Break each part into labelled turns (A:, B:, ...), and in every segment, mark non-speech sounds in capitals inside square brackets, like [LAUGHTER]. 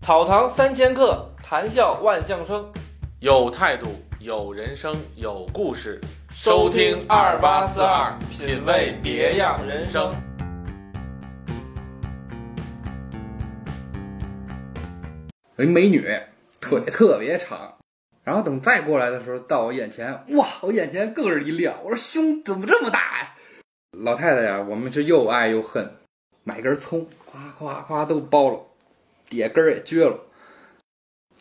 A: 草堂三千客，谈笑万象生。
B: 有态度，有人生，有故事。
A: 收听2842品味别样人生。
C: 有一美女，腿特别长。然后等再过来的时候，到我眼前，哇，我眼前更是一亮。我说胸怎么这么大呀、老太太呀，我们是又爱又恨，买根葱，夸夸夸都剥了，底下根儿也撅了，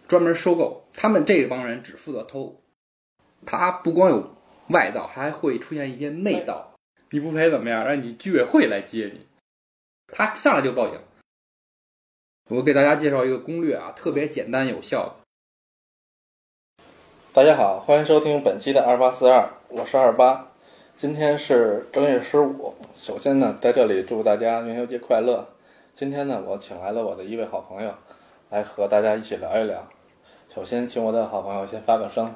C: 专门收购。他们这帮人只负责偷，他不光有外道，还会出现一些内道。你不赔怎么样？让你居委会来接你。他上来就报警。我给大家介绍一个攻略啊，特别简单有效的。
A: 大家好，欢迎收听本期的二八四二，我是二八。今天是正月十五，首先呢，在这里祝大家元宵节快乐。今天呢，我请来了我的一位好朋友，来和大家一起聊一聊。首先，请我的好朋友先发个声。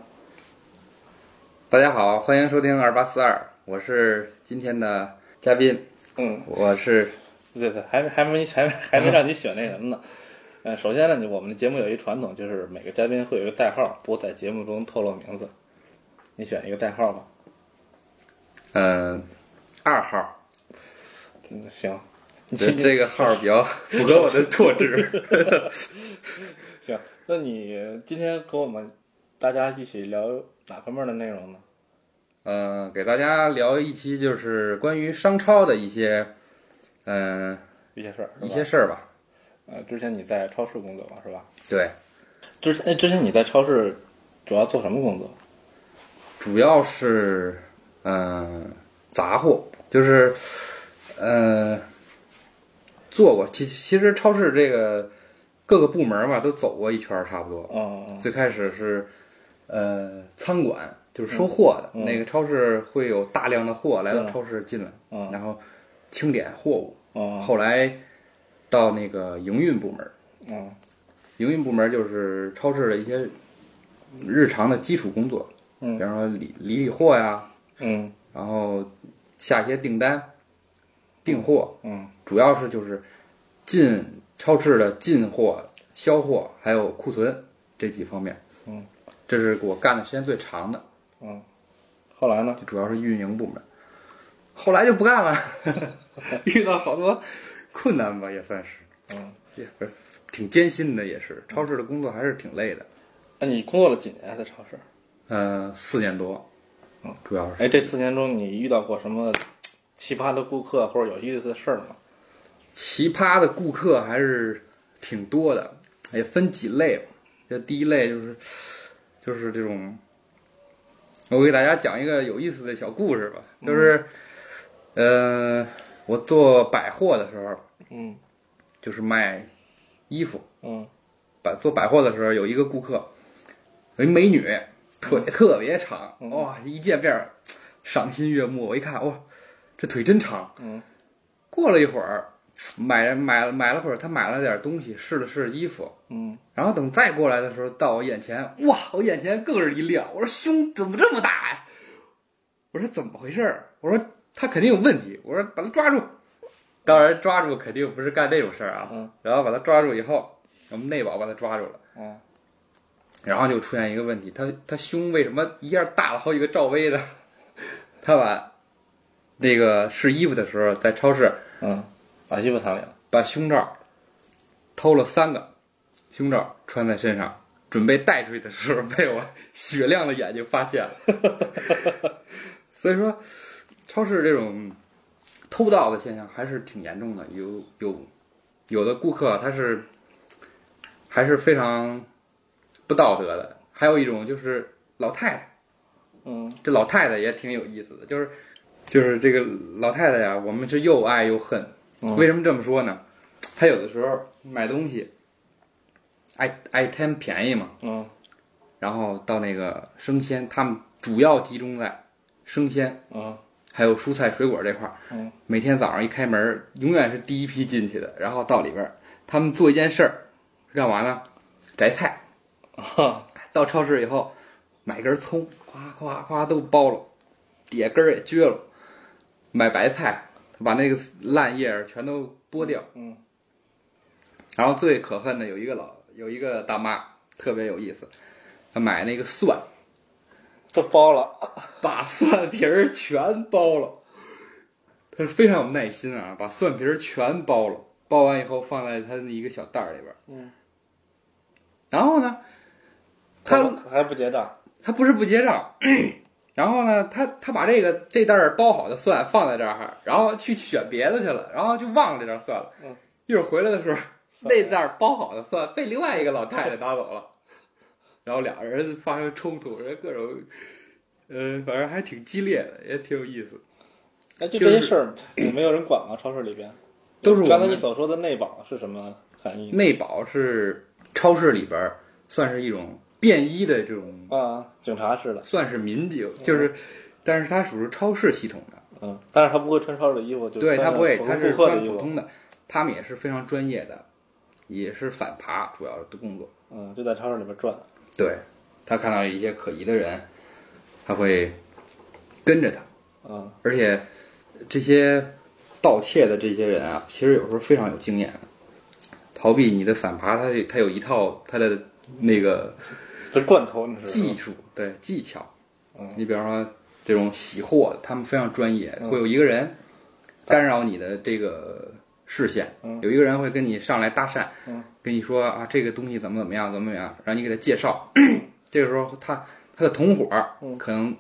C: 大家好，欢迎收听二八四二，我是今天的嘉宾，
A: 嗯，
C: 我是
A: 对对，还没还没还没还 [LAUGHS] 没让你选那什么呢。呃，首先呢，我们的节目有一传统，就是每个嘉宾会有一个代号，不在节目中透露名字。你选一个代号吧。
C: 嗯二号，
A: 嗯，行。你
C: 这
A: 去
C: 这个号比较符合我的特
A: [LAUGHS]
C: 质。
A: 行，那你今天和我们大家一起聊哪方面的内容呢？
C: 嗯，给大家聊一期就是关于商超的一些嗯
A: 一些事儿，是吧
C: 一些事儿吧。
A: 呃，之前你在超市工作嘛，是吧？
C: 对，
A: 之前哎之前你在超市主要做什么工作？
C: 主要是嗯杂货，就是呃做过。其其实超市这个各个部门嘛都走过一圈儿，差不多。
A: 嗯嗯
C: 最开始是，呃，餐馆就是收货的、
A: 嗯嗯
C: 那个超市会有大量的货来到
A: 是
C: 超市进来，
A: 嗯
C: 然后清点货物。
A: 嗯
C: 后来到那个营运部门，
A: 嗯
C: 营运部门就是超市的一些日常的基础工作，
A: 嗯
C: 比方说理理理货呀，
A: 嗯
C: 然后下一些订单、订货，
A: 嗯
C: 主要是就是进超市的进货、销货还有库存这几方面。
A: 嗯，
C: 这是我干的时间最长的。
A: 嗯。后来呢？
C: 主要是运营部门。后来就不
A: [LAUGHS]
C: 干了，遇到好多困难吧，也算是，
A: 嗯，
C: 也不是挺艰辛的，也是。超市的工作还是挺累的，
A: 那哎你工作了几年啊在超市？
C: 呃，四年多，
A: 嗯，
C: 主要是
A: 哎，这四年中你遇到过什么奇葩的顾客或者有意思的事儿吗？
C: 奇葩的顾客还是挺多的，也分几类吧。这第一类就是就是这种，我给大家讲一个有意思的小故事吧，就是，呃，我做百货的时候，
A: 嗯
C: 就是卖衣服。
A: 嗯
C: 百做百货的时候，有一个顾客，有一美女，腿特别长，
A: 嗯
C: 哇，一见面儿赏心悦目。我一看，哇，这腿真长。
A: 嗯
C: 过了一会儿，买买买了会儿，她买了点东西，试了试衣服，
A: 嗯
C: 然后等再过来的时候，到我眼前，哇，我眼前更是一亮。我说胸怎么这么大呀、我说怎么回事儿？我说他肯定有问题。我说把他抓住。当然抓住肯定不是干这种事儿啊。
A: 嗯
C: 然后把他抓住以后，我们内保把他抓住了。
A: 嗯
C: 然后就出现一个问题，他他胸为什么一下大了好几个罩杯呢？ [LAUGHS] 他把那个试衣服的时候，在超市
A: 嗯，把衣服藏里了。
C: 把胸罩偷了三个，胸罩穿在身上，准备带出去的时候，被我雪亮的眼睛发现了。所以说，超市这种偷盗的现象还是挺严重的。有有有的顾客他是还是非常不道德的，还有一种就是老太太。
A: 嗯
C: 这老太太也挺有意思的，就是就是这个老太太呀，我们是又爱又恨。
A: 嗯
C: 为什么这么说呢？她有的时候买东西爱爱贪便宜嘛，
A: 嗯
C: 然后到那个生鲜，他们主要集中在生鲜
A: 嗯 [LAUGHS]
C: 还有蔬菜水果这块儿。
A: 嗯
C: 每天早上一开门，永远是第一批进去的，然后到里边儿，他们做一件事儿，干嘛呢？摘菜。
A: 啊
C: 到超市以后，买根葱，夸夸夸都剥了，底下根儿也撅了。买白菜，把那个烂叶儿全都剥掉。
A: 嗯
C: 然后最可恨的有一个老有一个大妈特别有意思，她买那个蒜，
A: 都包了，
C: 把蒜皮儿全剥了。他是非常有耐心啊，把蒜皮儿全剥了，剥完以后放在他的一个小袋儿里边。
A: 嗯。
C: 然后呢，他
A: 还不结账，
C: 他不是不结账， [CLEARS THROAT] 然后呢，他他把这个这袋儿剥好的蒜放在这儿，然后去选别的去了，然后就忘了这袋蒜了。
A: 嗯。
C: 一会儿回来的时候，那袋儿剥好的蒜被另外一个老太太拿走了，然后俩人发生冲突，人各种，呃，反正还挺激烈的，也挺有意思。
A: 哎，就
C: 就
A: 这些
C: 是
A: 事儿也 [CLEARS THROAT] 没有人管吗？超市里边
C: 都是我
A: 刚才
C: 们
A: 你所说的内保是什么含义？
C: 内保是超市里边儿算是一种便衣的这种，
A: 啊，警察似的，
C: 算是民警，就是，但是它属于超市系统的，
A: 嗯，但是他不会穿超市的衣服，就
C: 对
A: 穿
C: 它不会，
A: 普
C: 它
A: 通
C: 是
A: 顾客的
C: 穿
A: 衣
C: 普
A: 服，
C: 通的，他们也是非常专业的，也是反扒主要的工作。
A: 嗯，就在超市里边转，
C: 对，他看到一些可疑的人，他会跟着他，
A: 嗯，
C: 而且这些盗窃的这些人啊，其实有时候非常有经验的。逃避你的反扒，他他有一套他的那个
A: 这罐头你是
C: 技术，对技巧。
A: 嗯
C: 你比方说这种洗货，他们非常专业，
A: 嗯
C: 会有一个人干扰你的这个视线，
A: 嗯
C: 有一个人会跟你上来搭讪，
A: 嗯
C: 跟你说啊这个东西怎么怎么样，怎么怎么样，让你给他
A: [CLEARS THROAT]
C: 介绍。这个时候他他的同伙儿
A: 嗯
C: 可能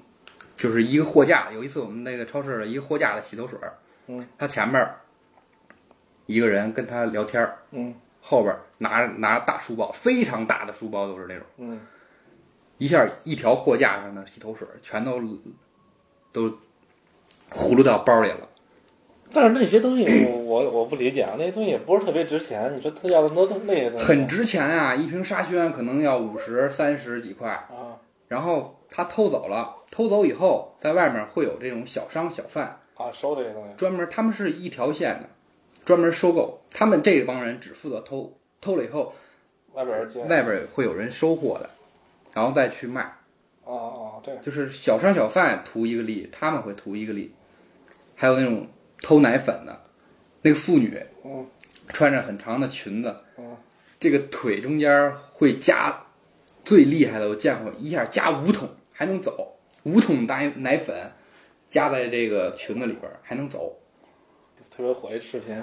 C: 就是一个货架，有一次我们那个超市的一个货架的洗头水儿，
A: 嗯
C: 他前面儿一个人跟他聊天儿，
A: 嗯
C: 后边儿拿拿大书包，非常大的书包都是那种。
A: 嗯
C: 一下一条货架上的洗头水全都都葫芦到包里了。
A: 但是那些东西我我我不理解啊，那些东西也不是特别值钱，你说他要那么多那些东西，
C: 很值钱啊！一瓶沙宣可能要五十、三十几块，
A: 啊
C: 然后他偷走了，偷走以后，在外面会有这种小商小贩
A: 啊，收这些东西，
C: 专门，他们是一条线的，专门收购。他们这帮人只负责偷，偷了以后，
A: 外边人接，
C: 外边会有人收获的，然后再去卖。
A: 哦哦，这样
C: 就是小商小贩图一个利，他们会图一个利，还有那种偷奶粉的，那个妇女，
A: 嗯，
C: 穿着很长的裙子，
A: 嗯，
C: 这个腿中间会夹，最厉害的我见过一下夹五桶还能走，五桶奶奶粉夹在这个裙子里边儿还能走，
A: 特别火一视频，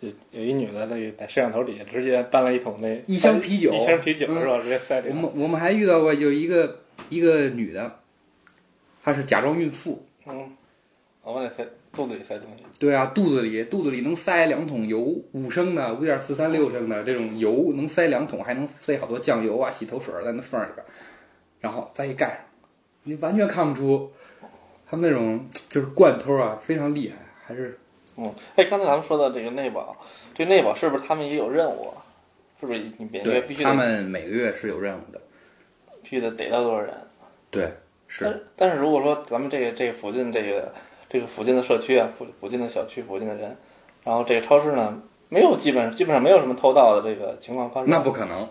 A: 有有一女的那个在摄像头底下直接搬了一桶那
C: 一箱啤酒
A: 一箱啤酒
C: 嗯
A: 是吧？直接塞里
C: 我
A: 头，
C: 们我们还遇到过有一个一个女的，她是假装孕妇，
A: 嗯，我往里塞肚子里塞东西，
C: 对啊，肚子里肚子里能塞两桶油，五升的、五点四三六升的这种油能塞两桶，还能塞好多酱油啊、洗头水儿在那缝儿里边儿，然后再一盖上，你完全看不出他们那种就是惯偷啊，非常厉害，还是
A: 嗯，哎，刚才咱们说的这个内保，这内保是不是他们也有任务啊？是不是你每个月
C: 对
A: 必须
C: 他
A: 得
C: 们每个月是有任务的，
A: 必须得逮到多少人？
C: 对，
A: 但
C: 是
A: 是但是如果说咱们这个这个附近这个这个附近的社区啊，附附近的小区附近的人，然后这个超市呢，没有基本基本上没有什么偷盗的这个情况发生，
C: 那不可能，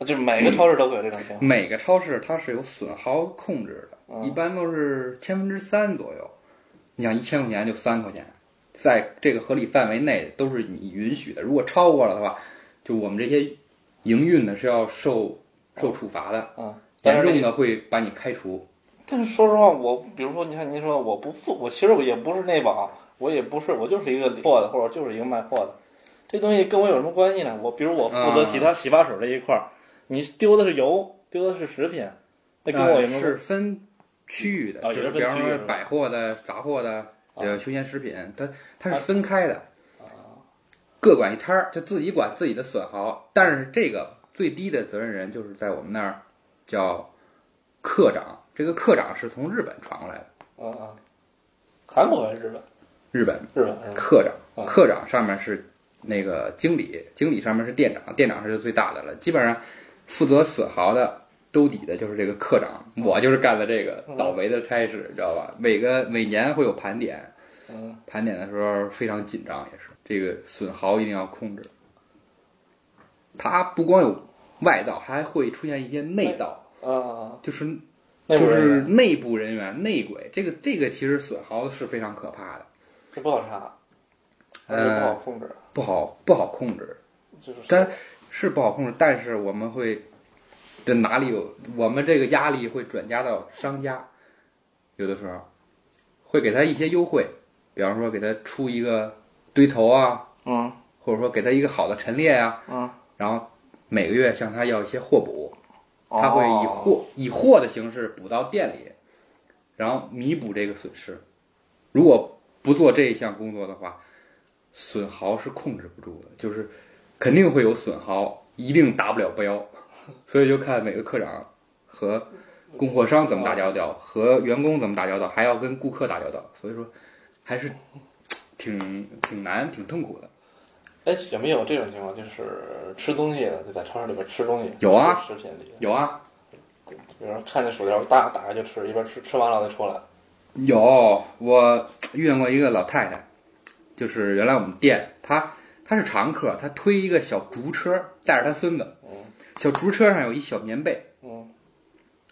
A: 就是每个超市都会有这种情况。
C: 每个超市它是有损耗控制的，
A: 嗯
C: 一般都是千分之三左右。你想一千块钱就三块钱，在这个合理范围内都是你允许的。如果超过了的话，就我们这些营运的是要受受处罚的，
A: 啊，但
C: 嗯严
A: 是
C: 重
A: 这个
C: 的会把你开除。
A: 但是说实话，我比如说，你看您说我不付，我其实我也不是内保，啊我也不是，我就是一个理货的，或者就是一个卖货的，这东西跟我有什么关系呢？我比如我负责
C: 啊
A: 洗它洗发水这一块儿，你丢的是油，丢的是食品，那跟我有什么关系？
C: 呃是分区域的，
A: 哦
C: 就
A: 也是
C: 比
A: 分区域
C: 方说
A: 是吧
C: 百货的、杂货的、呃休闲食品，它它
A: 啊
C: 是分开的，各管一摊儿，就自己管自己的损耗。但是这个最低的责任人就是在我们那儿叫课长，这个课长是从日本传过来的，
A: 嗯嗯，韩国还是日本？
C: 日本
A: 日本是吧？
C: 课
A: 啊
C: 长，课长上面是那个经理，经理上面是店长，店长是最大的了。基本上负责损耗的兜底的就是这个课长，我就是干了这个
A: 嗯
C: 倒霉的差事，你知道吧？每个每年会有盘点，
A: 嗯，
C: 盘点的时候非常紧张，也是这个损耗一定要控制。它不光有外盗，还会出现一些内盗，
A: 啊啊，
C: 就是
A: 那
C: 就
A: 不
C: 是内部人员、内鬼。这个这个其实损耗是非常可怕的，
A: 这不好查，
C: 呃
A: 这不好控制，
C: 不好不好控制。
A: 就是
C: 但是不好控制，但是我们会的哪里有我们这个压力会转嫁到商家，有的时候会给他一些优惠，比方说给他出一个堆头啊，
A: 嗯
C: 或者说给他一个好的陈列啊，
A: 嗯，
C: 然后每个月向他要一些货补，
A: 哦
C: 他会以货以货的形式补到店里，然后弥补这个损失。如果不做这一项工作的话，损耗是控制不住的，就是肯定会有损耗，一定达不了标。 [LAUGHS] 所以就看每个科长和供货商怎么打交道，和员工怎么打交道，还要跟顾客打交道。所以说，还是挺挺难、挺痛苦的。
A: 哎，有没有这种情况，就是吃东西的就在超市里边吃东西？
C: 有啊
A: 食品里，
C: 有啊，
A: 比如说看见薯条大，打开就吃，一边吃吃完了再出来。
C: 有，我遇见过一个老太太，就是原来我们店，她她是常客，她推一个小竹车，带着她孙子
A: 嗯，
C: 小竹车上有一小棉被，
A: 嗯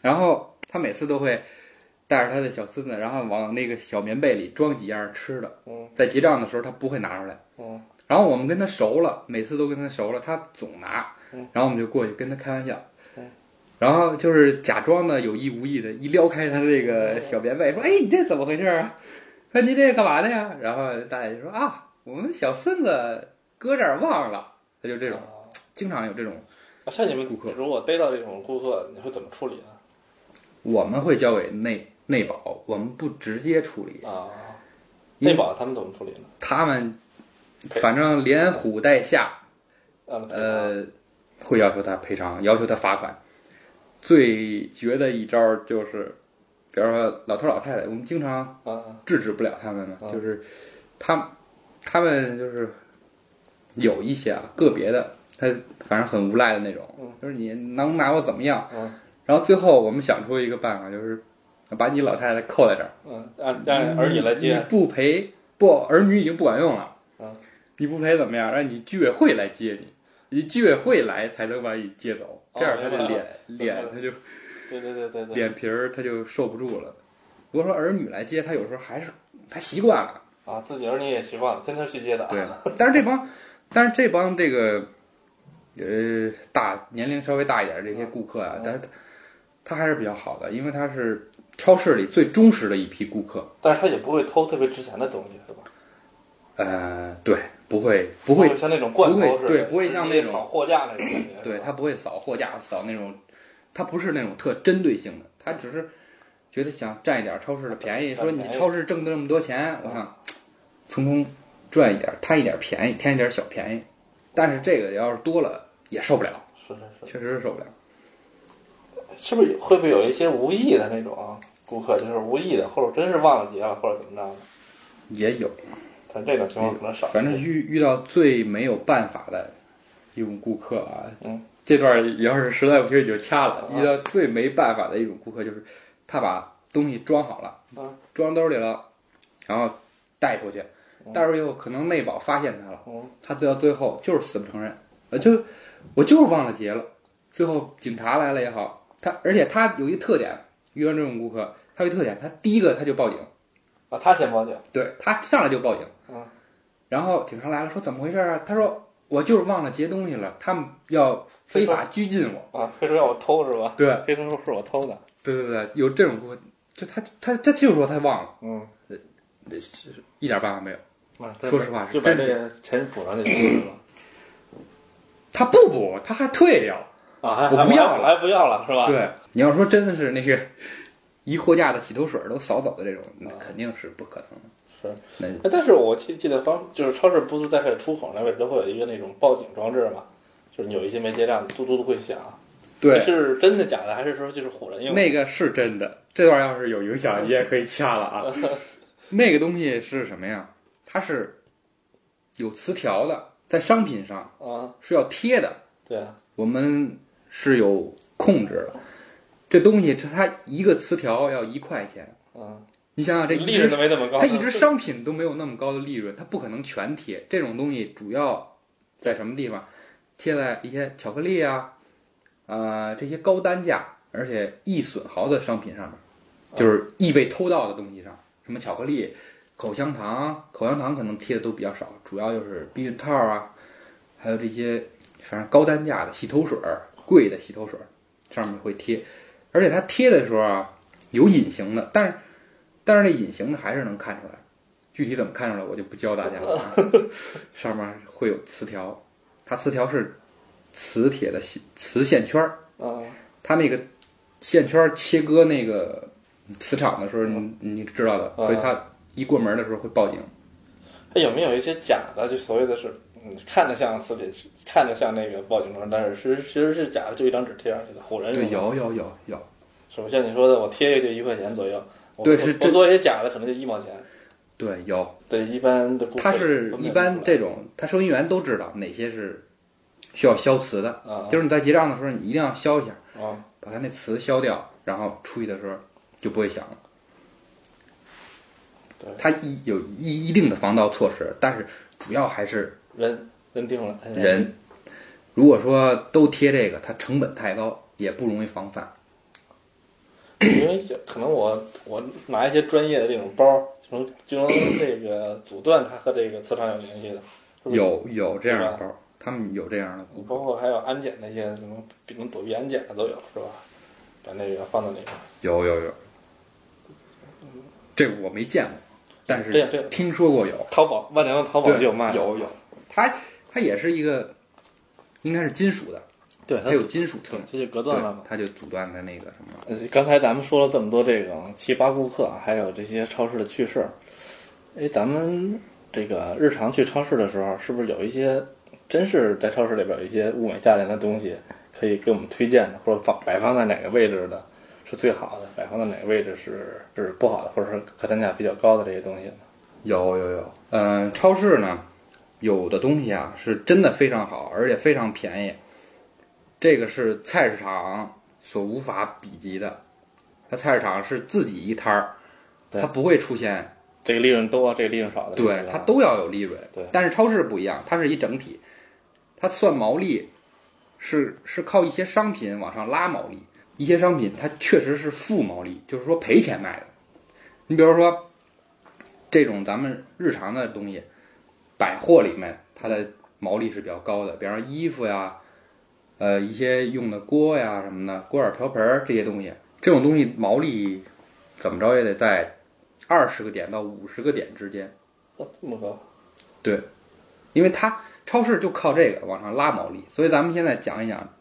C: 然后她每次都会带着她的小孙子，然后往那个小棉被里装几样吃的，
A: 嗯
C: 在结账的时候她不会拿出来，
A: 嗯
C: 然后我们跟她熟了，每次都跟她熟了，她总拿
A: 嗯，
C: 然后我们就过去跟她开玩笑
A: 嗯。
C: 然后就是假装的有意无意的，一撩开她这个小棉被，说：“哎，你这怎么回事啊？”说您这干嘛的呀？然后大爷就说啊，我们小孙子搁这儿忘了，他就这
A: 嗯
C: 种，经常有这种，
A: 啊像你们
C: 顾客
A: 如果逮到这种顾客，你会怎么处理呢？
C: 我们会交给内内保，我们不直接处理，
A: 啊，
C: 因为
A: 内保他们怎么处理呢？
C: 他们
A: 赔
C: 反正连唬带吓，
A: 让他们
C: 呃，会要求他赔偿，要求他罚款。最绝的一招就是，比如说老头老太太，我们经常
A: 啊
C: 制止不了他们呢，
A: 嗯
C: 就是他他们就是有一些啊个别的，他反正很无赖的那种
A: 嗯，
C: 就是你能拿我怎么样？
A: 嗯
C: 然后最后我们想出一个办法，就是把你老太太扣在这儿，
A: 嗯，让让儿女来
C: 你
A: 接，
C: 不赔不儿女已经不管用了
A: 嗯，
C: 你不赔怎么样？让你居委会来接你。你居委会来才能把你接走，
A: 哦
C: 这样他
A: 明白
C: 的
A: 了
C: 脸脸
A: 嗯
C: 他就
A: 对对对对对，
C: 脸皮儿他就受不住了。如果说儿女来接他，有时候还是他习惯
A: [LAUGHS]
C: 了，
A: 啊，自己儿女也习惯了，天天去接的。啊
C: 对，但是这帮，但是这帮这个，呃，大年龄稍微大一点的这些顾客啊
A: 嗯，
C: 但是他他还是比较好的，因为他是超市里最忠实的一批顾客。
A: 但是他也不会偷特别值钱的东西，是吧？
C: 呃，对，不会，不
A: 不
C: 会，
A: 像那种罐头
C: 不会
A: 似的，
C: 对不会像那种
A: 扫货架那种感觉。
C: 对
A: 是吧
C: 他不会扫货架，扫那种，他不是那种特针对性的，他只是觉得想占一点超市的便宜，
A: 占
C: 说你
A: 便宜
C: 超市挣的这么多钱，我想从中赚一点，贪一点便宜，贪一点小便宜。但是这个要是多了也受不了，
A: 是是是。
C: 确实是受不了。
A: 是不是有会不会有一些无意的那种啊顾客，就是无意的，或者真是忘了结了，或者怎么着的？
C: 也有，
A: 但这种情况可能少一些。
C: 反正遇遇到最没有办法的一种顾客啊，
A: 嗯，
C: 这段儿要是实在不行你就掐了。
A: 啊
C: 遇到最没办法的一种顾客就是，他把东西装好了，
A: 嗯
C: 装兜里了，然后带出去，
A: 嗯
C: 带出去以后可能内保发现他了，
A: 嗯
C: 他到最后就是死不承认，呃，就我就是忘了结了。最后警察来了也好，他而且他有一个特点，遇到这种顾客，他有一个特点，他第一个他就报警。
A: 啊，他先报警，
C: 对他上来就报警，
A: 嗯，
C: 然后警察来了，说怎么回事啊？他说我就是忘了结东西了，他们要非法拘禁我。
A: 啊，非说要我偷是吧？
C: 对
A: 非说是我偷的。
C: 对对对，有这种顾客，就他他他就说他忘了，
A: 嗯，
C: 一点办法没有。
A: 啊，
C: 说实话是
A: 就把
C: 真
A: 这个钱补上就行了。
C: 他不补，他还退掉。
A: 啊，还
C: 我不要了
A: 还还不要了是吧？，
C: 对，你要说真的是那个一货架的洗头水都扫走的这种，那
A: 啊
C: 肯定是不可能的。
A: 是，
C: 那
A: 哎但是我记记得方就是超市不是在这出口那位置都会有一个那种报警装置嘛，就是你有一些没结账，嘟嘟嘟会响。
C: 对，
A: 是真的假的，还是说就是唬人用的？
C: 那个是真的，这段要是有影响，你也可以掐了啊。那个东西是什么呀？它是有词条的，在商品上
A: 啊，
C: 是要贴的，
A: 对啊，
C: 我们是有控制的。这东西它一个词条要一块钱，
A: 嗯，
C: 你想想这一
A: 利润都
C: 只
A: 没那么高，
C: 它一只商品都没有那么高的利润，它不可能全贴。这种东西主要在什么地方？贴在一些巧克力啊，呃，这些高单价而且易损耗的商品上面，就是易被偷盗的东西上，什么巧克力、口香糖，口香糖可能贴的都比较少，主要就是避孕套啊，还有这些反正高单价的洗头水儿，贵的洗头水儿，上面会贴，而且它贴的时候啊，有隐形的，但是但是那隐形的还是能看出来，具体怎么看出来我就不教大家
A: [LAUGHS]
C: 了啊，上面会有磁条，它磁条是磁铁的线磁线圈儿，
A: 啊，
C: 它那个线圈切割那个磁场的时候，
A: 哦
C: 你你知道的，所以它一过门的时候会报警。
A: 它有没有一些假的？就所谓的是，嗯，看着像磁铁，看着像那个报警装，但是其实其实是假的，就一张纸贴上去的，唬人
C: 对，
A: 用的。
C: 有有有有，
A: 是吧？像你说的，我贴一个就一块钱左右，我
C: 对
A: 我
C: 是
A: 我
C: 这
A: 做一些假的，可能就一毛钱。
C: 对有，
A: 对，一般的顾客
C: 它是
A: 分辨不出来
C: 一般这种，它收银员都知道哪些是需要消磁的，
A: 啊
C: 就是你在结账的时候，你一定要消一下，
A: 啊，
C: 把它那磁消掉，然后出去的时候就不会响了
A: 对。
C: 它一有一一定的防盗措施，但是主要还是
A: 人人定了
C: 人，如果说都贴这个，它成本太高，也不容易防范。
A: 因为可能我我拿一些专业的这种包儿，就能就能这个阻断它和这个磁场有联系的。是不是，
C: 有有这样的
A: 嗯是
C: 包，他们有这样的
A: 你包括还有安检那些什么能躲避安检的都有是吧？把那个放到那个
C: 有有有，
A: 嗯
C: 这个我没见过，但
A: 这样这
C: 是
A: 样
C: 听说过有，
A: 淘宝万能的淘宝
C: 对
A: 就有卖，
C: 有有，它它也是一个，应该是金属的，
A: 对
C: 它有金属特
A: 对，这就隔哎断
C: 对
A: 了嘛，。
C: 它就阻断它那个什么。
A: 呃刚才咱们说了这么多这个奇葩顾客，还有这些超市的趣事儿。哎，咱们这个日常去超市的时候，是不是有一些真是在超市里边有一些物美价廉的东西，可以给我们推荐的，或者放摆放在哪个位置的是最好的，摆放在哪个位置是是不好的，或者是客单价比较高的这些东西呢？
C: 有有有，嗯，超市呢，有的东西啊是真的非常好，而且非常便宜，这个是菜市场所无法比及的。它菜市场是自己一摊儿，
A: 对
C: 它不会出现，
A: 这个利润多，这个利润少的，
C: 对，它都要有利润。
A: 对
C: 但是超市不一样，它是一整体，它算毛利是是靠一些商品往上拉毛利，一些商品它确实是负毛利，就是说赔钱卖的。你比如说这种咱们日常的东西，百货里面它的毛利是比较高的，比方说衣服呀，呃，一些用的锅呀什么的，锅碗瓢盆儿这些东西，这种东西毛利怎么着也得在二十个点到五十个点之间。
A: 哦这么高，
C: 因为它超市就靠这个往上拉毛利，所以咱们现在讲一讲，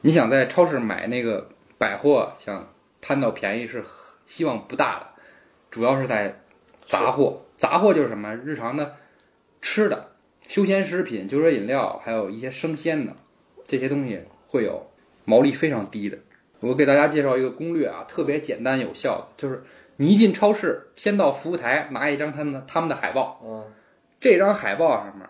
C: 你想在超市买那个百货，想贪到便宜是希望不大的，主要是在杂货。杂货就是什么日常的吃的、休闲食品、酒水饮料，还有一些生鲜的这些东西会有毛利非常低的。我给大家介绍一个攻略啊，特别简单有效的，就是你一进超市，先到服务台拿一张他们的他们的海报，
A: 嗯
C: 这张海报上面，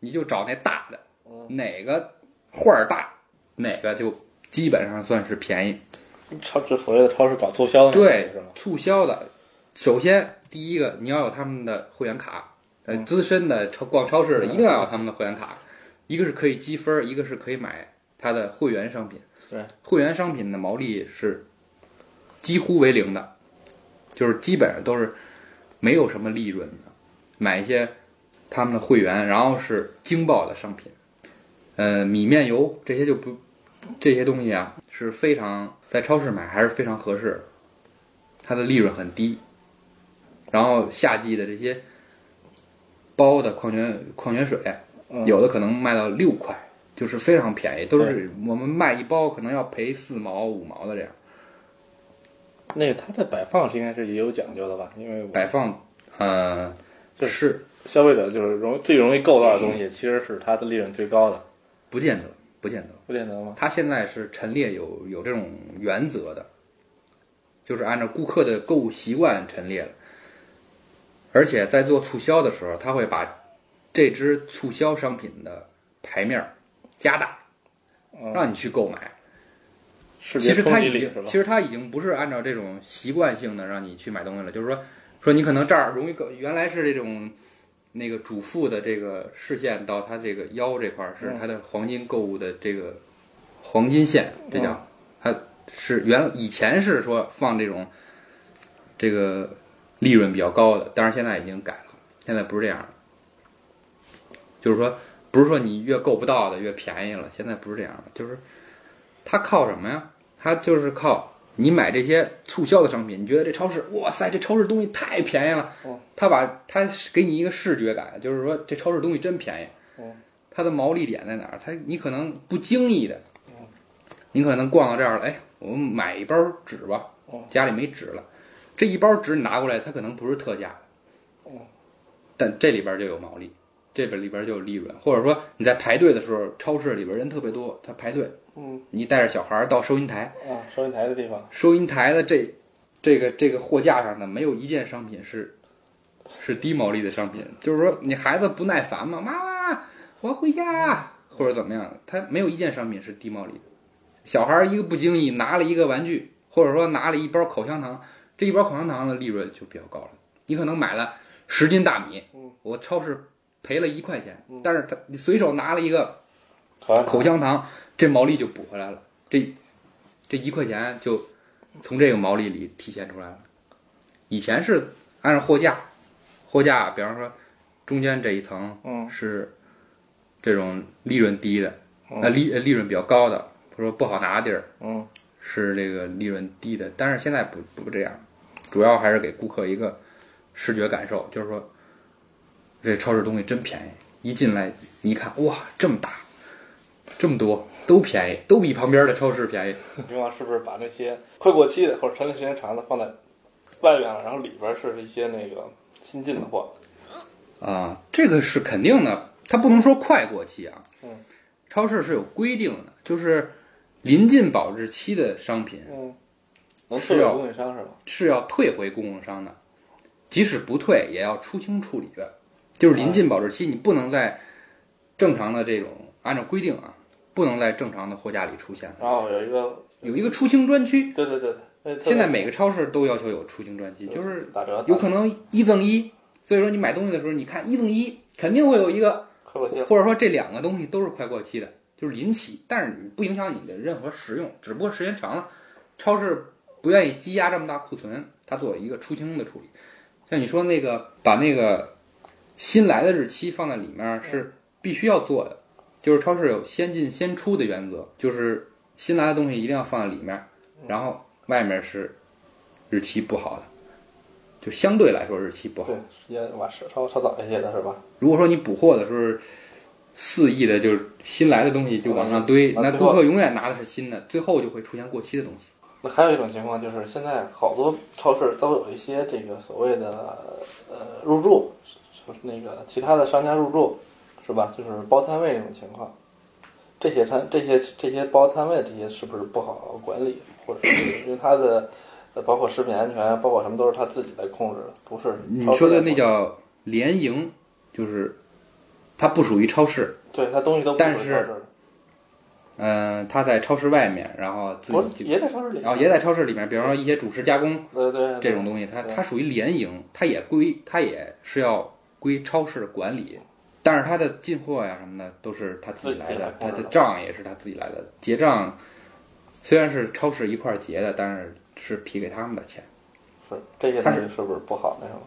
C: 你就找那大的，
A: 嗯，
C: 哪个画儿大，哪个就基本上算是便宜。
A: 超这所谓的超市搞促销的那种
C: 对
A: 哦是吗？，
C: 促销的，首先第一个你要有他们的会员卡，呃，
A: 嗯
C: 资深的超逛超市的
A: 嗯
C: 一定要有他们的会员卡，一个是可以积分儿，一个是可以买它的会员商品。
A: 对，
C: 会员商品的毛利是几乎为零的，就是基本上都是没有什么利润的，买一些他们的会员，然后是京报的商品，呃，米面油这些就不，这些东西啊是非常在超市买还是非常合适的，它的利润很低。然后夏季的这些包的矿泉矿泉水，
A: 嗯
C: 有的可能卖到六块，就是非常便宜，都是我们卖一包可能要赔四毛五毛的这样。
A: 那个它的摆放是应该是也有讲究的吧？因为我
C: 摆放，呃，
A: 就是消费者就是容最容易购到的东西，其实是它的利润最高的，
C: 不见得，不见得。
A: 不见得吗？
C: 它现在是陈列有有这种原则的，就是按照顾客的购物习惯陈列的。而且在做促销的时候，他会把这支促销商品的牌面儿加大，
A: 嗯，
C: 让你去购买。
A: 视
C: 其
A: 觉
C: 实
A: 冲
C: 它
A: 击
C: 已
A: 力
C: 经
A: 是，吧
C: 其？实它已经不是按照这种习惯性的让你去买东西了，就是说，说你可能这儿容易购，原来是这种那个主妇的这个视线到她这个腰这块儿是
A: 嗯
C: 她的黄金购物的这个黄金线，这叫、
A: 嗯
C: 它是原以前是说放这种这个利润比较高的，但是现在已经改了，现在不是这样了，就是说不是说你越够不到的越便宜了，现在不是这样的，就是它靠什么呀？它就是靠你买这些促销的商品，你觉得这超市，哇塞，这超市东西太便宜了
A: 嗯，
C: 它把它给你一个视觉感，就是说这超市东西真便宜
A: 嗯。
C: 它的毛利点在哪儿？它你可能不经意的，你可能逛到这儿了，哎，我买一包纸吧
A: 嗯，
C: 家里没纸了，这一包纸拿过来，它可能不是特价的
A: 嗯，
C: 但这里边就有毛利。这边里边就有利润，或者说你在排队的时候，超市里边人特别多，他排队，
A: 嗯
C: 你带着小孩儿到收银台，
A: 啊，收银台的地方
C: 收银台的这这个这个货架上呢，没有一件商品是是低毛利的商品，就是说你孩子不耐烦嘛，妈妈我要回
A: 嗯
C: 家或者怎么样，他没有一件商品是低毛利的。小孩儿一个不经意拿了一个玩具，或者说拿了一包口香糖，这一包口香糖的利润就比较高了。你可能买了十斤大米
A: 嗯，
C: 我超市赔了一块钱
A: 嗯，
C: 但是他你随手拿了一个
A: 口香糖
C: 口香糖，这毛利就补回来了，这这一块钱就从这个毛利里体现出来了。以前是按照货架，货架，比方说中间这一层
A: 嗯
C: 是这种利润低的，
A: 嗯
C: 那利呃利润比较高的，或者说不好拿的地儿
A: 嗯
C: 是这个利润低的，但是现在不不这样，主要还是给顾客一个视觉感受，就是说这超市东西真便宜，一进来你一看，哇，这么大，这么多，都便宜，都比旁边的超市便宜。
A: 你往是不是把那些快过期的或者陈列时间长的放在外边了，然后里边是一些那个新进的货？
C: 啊，这个是肯定的，它不能说快过期啊。
A: 嗯，
C: 超市是有规定的，就是临近保质期的商品
A: 嗯，能
C: 是
A: 退给
C: 啊
A: 供应商是吧？
C: 是要退回供应商的，即使不退也要出清处理的，就是临近保质期，你不能在正常的这种按照规定啊，不能在正常的货架里出现。
A: 然后有一个，
C: 有一个出清专区，
A: 对对对，那特别
C: 现在每个超市都要求有出清专区，
A: 对
C: 就是
A: 打折
C: 有可能一赠一，所以说你买东西的时候，你看一赠一，肯定会有一个
A: 快过期了，
C: 或者说这两个东西都是快过期的，就是临期，但是你不影响你的任何食用，只不过时间长了，超市不愿意积压这么大库存，它做一个出清的处理。像你说那个，把那个新来的日期放在里
A: 嗯
C: 面是必须要做的，就是超市有先进先出的原则，就是新来的东西一定要放在里面，
A: 嗯
C: 然后外面是日期不好的，就相对来说日期不好
A: 对。，时间晚是稍稍早一些的是吧？
C: 如果说你补货的时候肆意的，就是新来的东西就往上堆，
A: 嗯
C: 那
A: 啊最后
C: 顾客永远拿的是新的，最后就会出现过期的东西。
A: 那还有一种情况就是，现在好多超市都有一些这个所谓的呃入驻，就是那个其他的商家入驻，是吧？就是包摊位这种情况，这些摊这些这些包摊位这些是不是不好管理，或者是因为它的呃包括食品安全，包括什么都是他自己来控制的，不是
C: 你
A: 嗯超市
C: 说
A: 来
C: 的
A: 控制
C: 那叫联营，就是它不属于超市，
A: 对，它东西都不
C: 但
A: 超市
C: 是
A: 的
C: 嗯、它在超市外面，然后自
A: 不
C: 己
A: 也在超市里
C: 然后也在超市里面，比方说一些主食加工
A: 对对对
C: 这种东西，它
A: 对
C: 它属于联营，它也归它也是要归超市管理。但是它的进货呀什么的都是他自己来的，
A: 自己来
C: 他的
A: 的
C: 账也是他自己来的，结账虽然是超市一块儿结的，但是是批给他们的钱。
A: 是这些东
C: 它
A: 西
C: 是
A: 是不是不好那什么？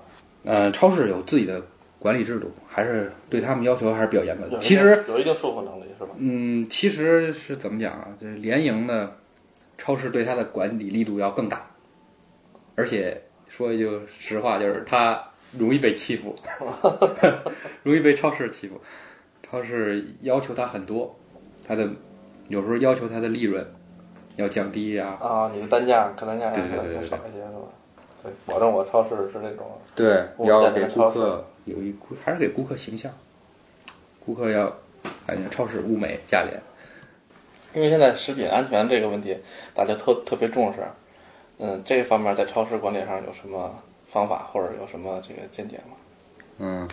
C: 呃，超市有自己的管理制度，还是对他们要求还是比较严格
A: 有
C: 的。
A: 一定
C: 其实，
A: 有一定束缚能力是吧？
C: 嗯，其实是怎么讲啊？就是联营的超市对它的管理力度要更大，而且说一句实话，就是它容易被欺负， [LAUGHS] 容易被超市欺负。超市要求它很多，它的有时候要求它的利润要降低呀、
A: 啊，你的单价、客单价可
C: 对对
A: 能
C: 对
A: 更
C: 对
A: 少一些是吧？对，保证我超市是那种
C: 对，
A: 我
C: 要
A: 在那
C: 给
A: 个
C: 顾
A: 超
C: 客有一顾，还是给顾客形象，顾客要感觉超市物美价廉。
A: 因为现在食品安全这个问题，大家特特别重视。嗯，这方面在超市管理上有什么方法，或者有什么这个见解吗？
C: 嗯，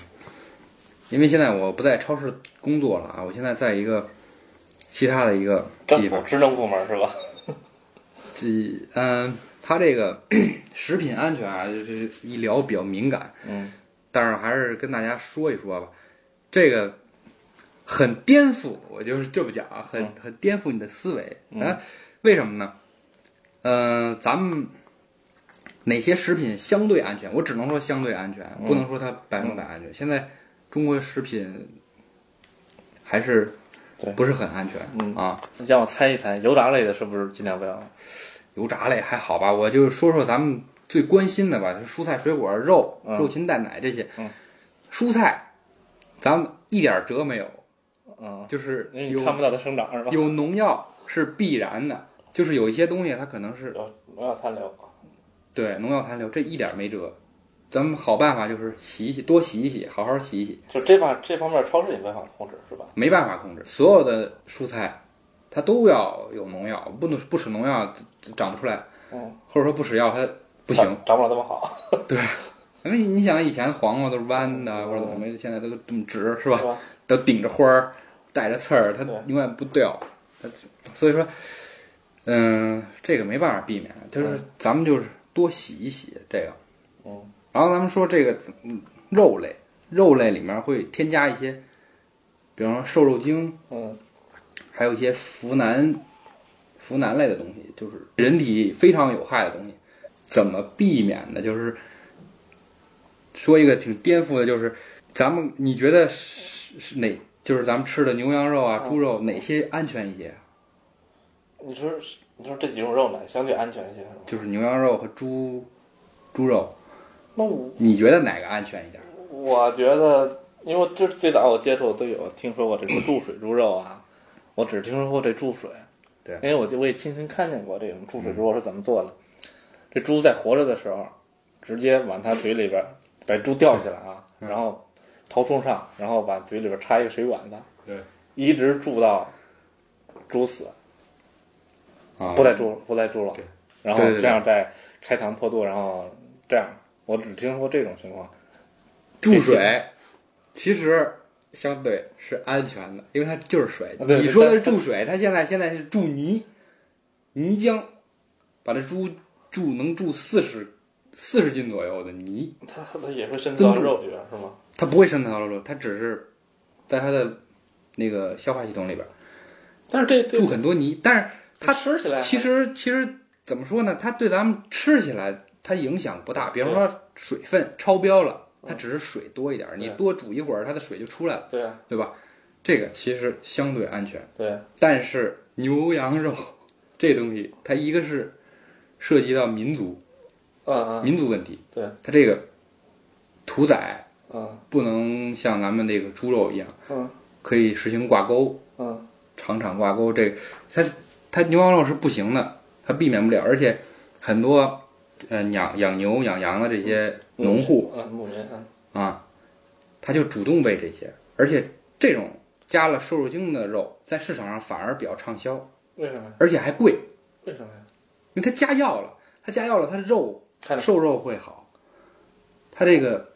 C: 因为现在我不在超市工作了啊，我现在在一个其他的一个
A: 政
C: 地
A: 府
C: 方。
A: 职能部门是吧？
C: 这嗯，它这个 [CLEARS THROAT] 食品安全啊，就是一聊比较敏感，
A: 嗯，
C: 但是还是跟大家说一说吧。这个很颠覆，我就是这么讲啊，很
A: 嗯
C: 很颠覆你的思维
A: 嗯
C: 啊。为什么呢？嗯，咱们哪些食品相对安全？我只能说
A: 嗯
C: 相对安全，不能说它百分百安全。现在中国食品还是
A: 对
C: 不是很安全
A: 嗯
C: 啊。
D: 你让我猜一猜，油炸类的是不是尽量不要？
C: 油炸类还好吧，我就说说咱们最关心的吧，就是蔬菜、水果、肉、
D: 嗯
C: 肉禽蛋奶这些。
D: 嗯
C: 蔬菜，咱们一点辙没有，
D: 嗯，
C: 就是
D: 因为
C: 有
D: 你看不到它生长是吧？
C: 有农药是必然的，就是有一些东西它可能是
A: 有农药残留，
C: 对农药残留，这一点没辙。咱们好办法就是洗一洗，多洗一洗，好好洗一洗。
A: 就这方这方面超市也没法控制，是吧？
C: 没办法控制，所有的蔬菜它都要有农药，不能不使农药长不出来，
D: 哦
A: 嗯，
C: 或者说不使药它
A: 不
C: 不行。
A: 长不了那么好，
C: 因为你想以前黄瓜都是弯
A: 嗯
C: 的或者怎么，现在都这么直是吧
A: 是吧？
C: 都顶着花儿，带着刺儿，它
A: 嗯对
C: 永远不掉。它所以说，嗯、这个没办法避免，就是
A: 嗯
C: 咱们就是多洗一洗这个。
A: 嗯，
C: 然后咱们说这个嗯肉类，肉类里面会添加一些，比方说瘦肉精，
A: 嗯，
C: 还有一些呋喃呋喃类的东西，就是人体非常有害的东西。怎么避免呢？就是说一个挺颠覆的，就是咱们你觉得是是哪？就是咱们吃的牛羊肉啊、
A: 嗯
C: 猪肉哪些安全一些？
A: 你说你说这几种肉哪相对安全一些是吧？
C: 就是牛羊肉和猪猪肉，
A: 那我
C: 你觉得哪个安全一点？
A: 我觉得，因为这最早我接触都有听说过这个注水猪肉啊，我只听说过这注水，
C: 对嗯
A: 因为我就我也亲身看见过这种注水猪肉是怎么做的。这猪在活着的时候，直接往它嘴里边儿把猪吊起来啊，
C: 嗯
A: 然后头冲上，然后把嘴里边插一个水管子，
C: 对，
A: 一直注到猪死，
C: 啊，
A: 不再注不再注了
C: 对，
A: 然后
C: 对对对
A: 这样再开膛破肚，然后这样，我只听说过这种情况。
C: 注水，其实相对是安全的，因为它就是水。
A: 啊对
C: 你说的是注水，它现在现在是注泥，泥浆，把这猪注能注四十四十斤左右的泥，
A: 它它也会渗透到
C: 增
A: 肉里边儿是吗？
C: 它不会渗透到肉，它只是在它的那个消化系统里边
A: 但是这
C: 注很多泥，但是它
A: 吃起来
C: 其实其实怎么说呢？它对咱们吃起来它影响不大。比方说水分超标了，它只是水多一点儿，你
A: 嗯对
C: 多煮一会儿，它的水就出来了。
A: 对啊
C: 对吧？这个其实相对安全，
A: 对，啊
C: 但是牛羊肉 [LAUGHS] 这东西，它一个是涉及到民族
A: 嗯嗯
C: 民族问题，
A: 对，
C: 它这个屠宰
A: 嗯
C: 不能像咱们这个猪肉一样，
A: 嗯，
C: 可以实行挂钩，
A: 嗯
C: 场场挂钩，这个它它牛羊肉是不行的，它避免不了，而且很多呃养养牛养羊的这些农户，
A: 嗯牧民嗯
C: 啊，他就主动喂这些，而且这种加了瘦肉精的肉在市场上反而比较畅销，
A: 为什么呀？
C: 而且还贵，
A: 为什么呀？
C: 因为它加药了，它加药了，它肉
A: 看着
C: 瘦肉会好，它这个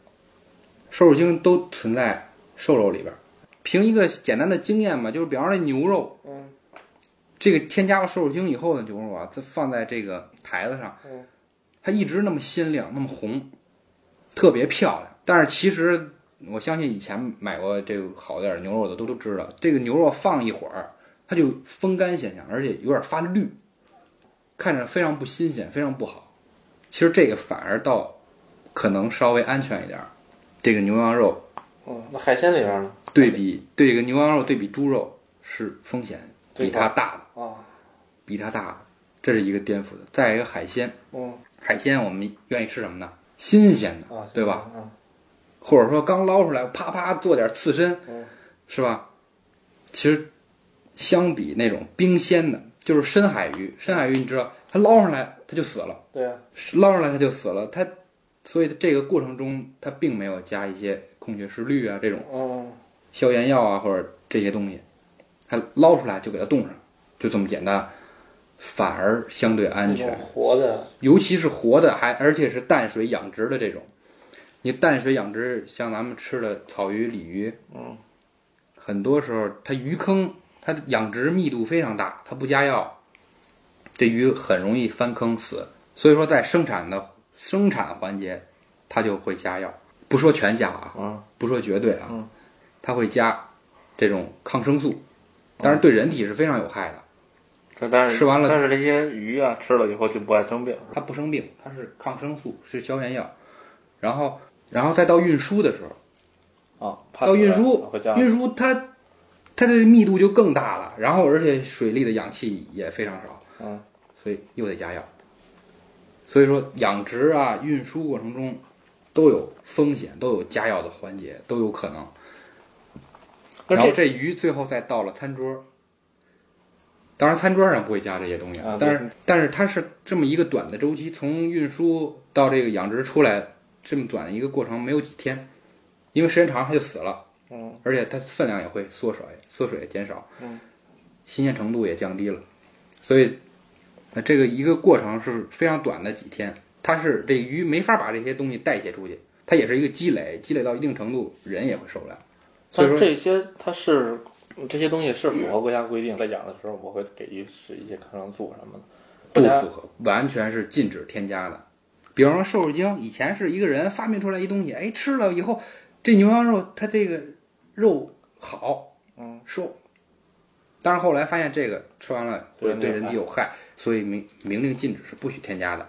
C: 瘦肉精都存在瘦肉里边儿。凭一个简单的经验嘛，就是比方说那牛肉，
A: 嗯
C: 这个添加了瘦肉精以后的牛肉啊，它放在这个台子上，
A: 嗯
C: 它一直那么鲜亮，那么红，特别漂亮。但是其实我相信以前买过这个好点儿牛肉的都都知道，这个牛肉放一会儿，它就风干现象，而且有点发绿，看着非常不新鲜，非常不好。其实这个反而倒可能稍微安全一点儿。这个牛羊肉
A: 嗯，那海鲜里边呢？
C: 对比对这个牛羊肉对比猪肉是风险比它大的，
A: 啊
C: 比它大的，这是一个颠覆的。再一个海鲜，
A: 嗯
C: 海鲜我们愿意吃什么呢？新鲜的，
A: 啊
C: 对吧？？
A: 嗯
C: 或者说刚捞出来，啪啪做点刺身，
A: 嗯
C: 是吧？其实相比那种冰鲜的，就是深海鱼，深海鱼你知道，它捞上来它就死了，
A: 对啊
C: 捞上来它就死了，它所以这个过程中它并没有加一些控血石氯啊这种
A: 嗯
C: 消炎药啊或者这些东西，它捞出来就给它冻上，就这么简单，反而相对安全
A: 嗯那。种活的
C: 尤其是活的，还而且是淡水养殖的这种。你淡水养殖，像咱们吃的草鱼、鲤鱼，
A: 嗯，
C: 很多时候它鱼坑它的养殖密度非常大，它不加药，这鱼很容易翻坑死。所以说，在生产的生产环节，它就会加药，不说全加啊，
A: 嗯
C: 不说绝对啊，
A: 嗯
C: 它会加这种抗生素，当然对人体是非常有害的。
A: 这但
C: 吃完了
A: 但是这些鱼啊吃了以后就不爱生病，
C: 它不生病，它是抗生素，是消炎药，然后然后再到运输的时候，
A: 啊，怕
C: 到
A: 死
C: 运
A: 人
C: 输
A: 会这样
C: 运输它它的密度就更大了，然后而且水里的氧气也非常少，
A: 嗯，
C: 所以又得加药。所以说养殖啊、运输过程中都有风险，都有加药的环节，都有可能。
A: 那
C: 然后
A: 这
C: 这鱼最后再到了餐桌，当然餐桌上不会加这些东西，
A: 啊
C: 但是但是它是这么一个短的周期，从运输到这个养殖出来这么短的一个过程，没有几天，因为时间长它就死了，
A: 嗯，
C: 而且它分量也会缩水，缩水减少，
A: 嗯，
C: 新鲜程度也降低了，所以那这个一个过程是非常短的几天，它是这鱼没法把这些东西代谢出去，它也是一个积累，积累到一定程度，人也会受不了。所以
A: 但
C: 说
A: 这些它是这些东西是符合国家规定，在养的时候我会给予是一些抗生素什么的，
C: 不
A: 加
C: 符合，完全是禁止添加的。比方说瘦肉精，以前是一个人发明出来一东西，哎，吃了以后，这牛羊肉它这个肉好，
A: 嗯，
C: 瘦。但是后来发现这个吃完了
A: 对人
C: 会对
A: 有
C: 人
A: 害
C: 体有害，所以明明令禁止是不许添加的。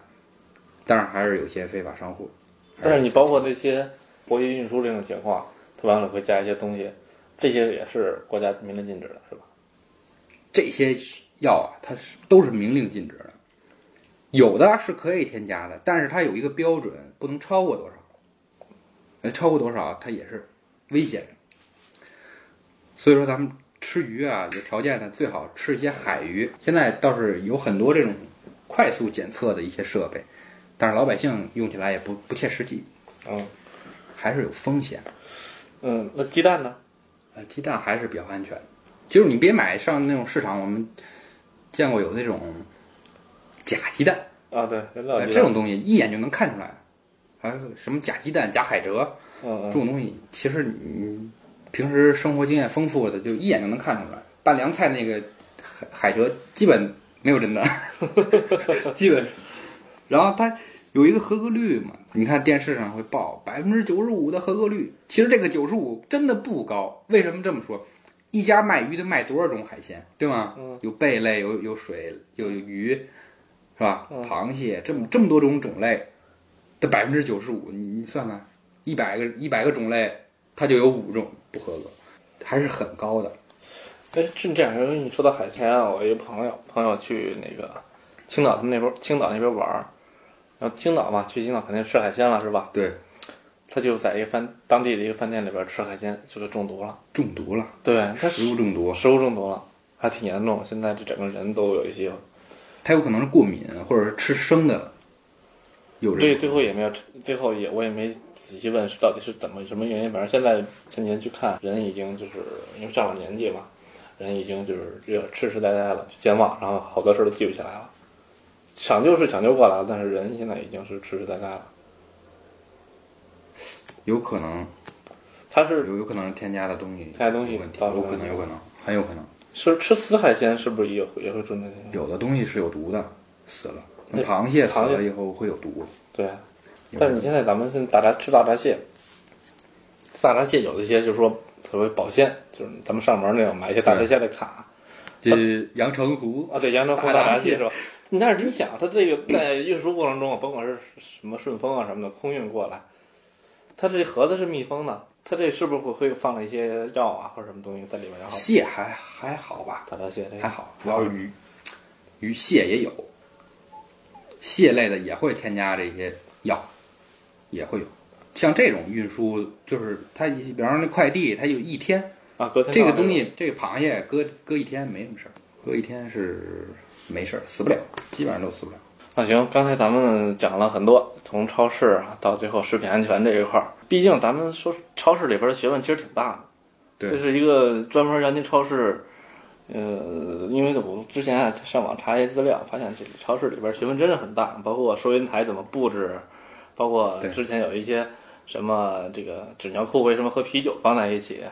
C: 当然还是有些非法商户，
A: 但是你包括那些国际运输这种情况，它往里会加一些东西，这些也是国家明令禁止的，是吧？
C: 这些药啊，它是都是明令禁止的，有的是可以添加的，但是它有一个标准，不能超过多少，呃，超过多少它也是危险的。所以说咱们吃鱼啊，有条件呢最好吃一些海鱼。现在倒是有很多这种快速检测的一些设备，但是老百姓用起来也不不切实际，
A: 嗯
C: 还是有风险。
A: 嗯，那鸡蛋呢？
C: 呃，鸡蛋还是比较安全的，就是你别买上那种市场，我们见过有那种假鸡蛋，
A: 啊，对，人造
C: 呃
A: 鸡
C: 这种
A: 蛋，
C: 东西一眼就能看出来，还有什么假鸡蛋、假海蜇这
A: 嗯嗯
C: 种东西，其实你平时生活经验丰富的，就一眼就能看出来。拌凉菜那个海海蜇基本没有
A: [LAUGHS]
C: 真的，基本是。然后它有一个合格率嘛，你看电视上会报百分之九十五的合格率，其实这个九十五真的不高。为什么这么说？一家卖鱼的卖多少种海鲜，对吗？
A: 嗯
C: 有贝类，有有水，有鱼，是吧？
A: 嗯
C: 螃蟹这么这么多种种类的百分之九十五，你你算算，一百个一百个种类，它就有五种不合格，还是很高的。
A: 哎，这这两天你说到海鲜啊，我一朋友朋友去那个青岛，他们那边青岛那边玩儿，然后青岛嘛，去青岛肯定吃海鲜了，是吧？
C: 对，
A: 他就在一个饭当地的一个饭店里边吃海鲜，就给中毒了。
C: 中毒了，
A: 对，他
C: 食物中毒，
A: 食物中毒了，还挺严重，现在这整个人都有一些
C: 它有可能是过敏，或者是吃生的。有人
A: 对，最后也没有，最后也我也没仔细问是到底是怎么什么原因。反正现在这年去看，人已经就是因为上了年纪嘛，人已经就是有点痴痴呆呆了，就健忘，然后好多事儿都记不起来了。抢救是抢救过来了，但是人现在已经是痴痴呆呆了。
C: 有可能
A: 他是
C: 有有可能是添加的东西，
A: 添加东西
C: 有问题，
A: 造成
C: 有可能
A: 的
C: 有可能很有可能，
A: 吃吃死海鲜，是不是也会也会中这个？
C: 有的东西是有毒的，死了，那
A: 对
C: 螃蟹死
A: 螃蟹
C: 了以后会有毒，
A: 对啊，
C: 有
A: 但是你
C: 可能
A: 现在咱们现在大闸吃大闸蟹，大闸蟹有的一些就是说所谓保鲜，就是咱们上门那种买一些大闸蟹的卡。
C: 这洋城湖
A: 啊，对，扬州湖大闸蟹是吧？你但是你想，它这个在运输过程中，啊甭管是什么顺丰啊什么的，空运过来，它这盒子是密封的，它这是不是会会放了一些药啊或者什么东西在里面？然后
C: 蟹还还好吧，
A: 大闸蟹这
C: 还
A: 个，
C: 好，主要是鱼，鱼蟹也有，蟹类的也会添加这些药，也会有。像这种运输，就是它，比方说那快递，它有一天，
A: 啊，隔天
C: 这个
A: 到
C: 东西，这个螃蟹搁搁一天没什么事儿，搁一天是没事儿，死不了，基本上都死不了。
A: 那行，刚才咱们讲了很多，从超市啊到最后食品安全这一块儿，毕竟咱们说超市里边的学问其实挺大的。
C: 对
A: 这是一个专门南京超市，呃，因为我之前啊上网查一些资料，发现这个超市里边学问真是很大，包括收银台怎么布置，包括
C: 对
A: 之前有一些什么这个纸尿裤为什么和啤酒放在一起，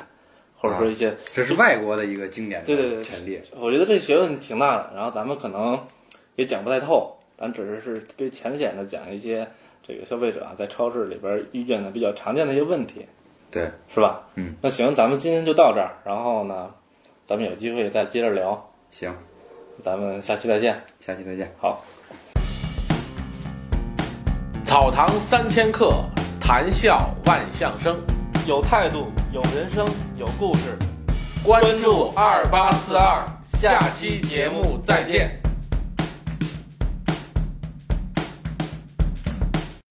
A: 或
C: 啊
A: 者说一些
C: 这是外国的一个经典
A: 对对对
C: 的陈列，
A: 我觉得这学问挺大的，然后咱们可能也讲不太透，咱只是对浅显的讲一些这个消费者啊在超市里边遇见的比较常见的一些问题，
C: 对，
A: 是吧？
C: 嗯，
A: 那行，咱们今天就到这儿，然后呢，咱们有机会再接着聊，
C: 行，
A: 咱们下期再见，
C: 下期再见。
A: 好。
B: 草堂三千客，谈笑万象生。
A: 有态度，有人生，有故事。
B: 关注二八四二，下期节目再见。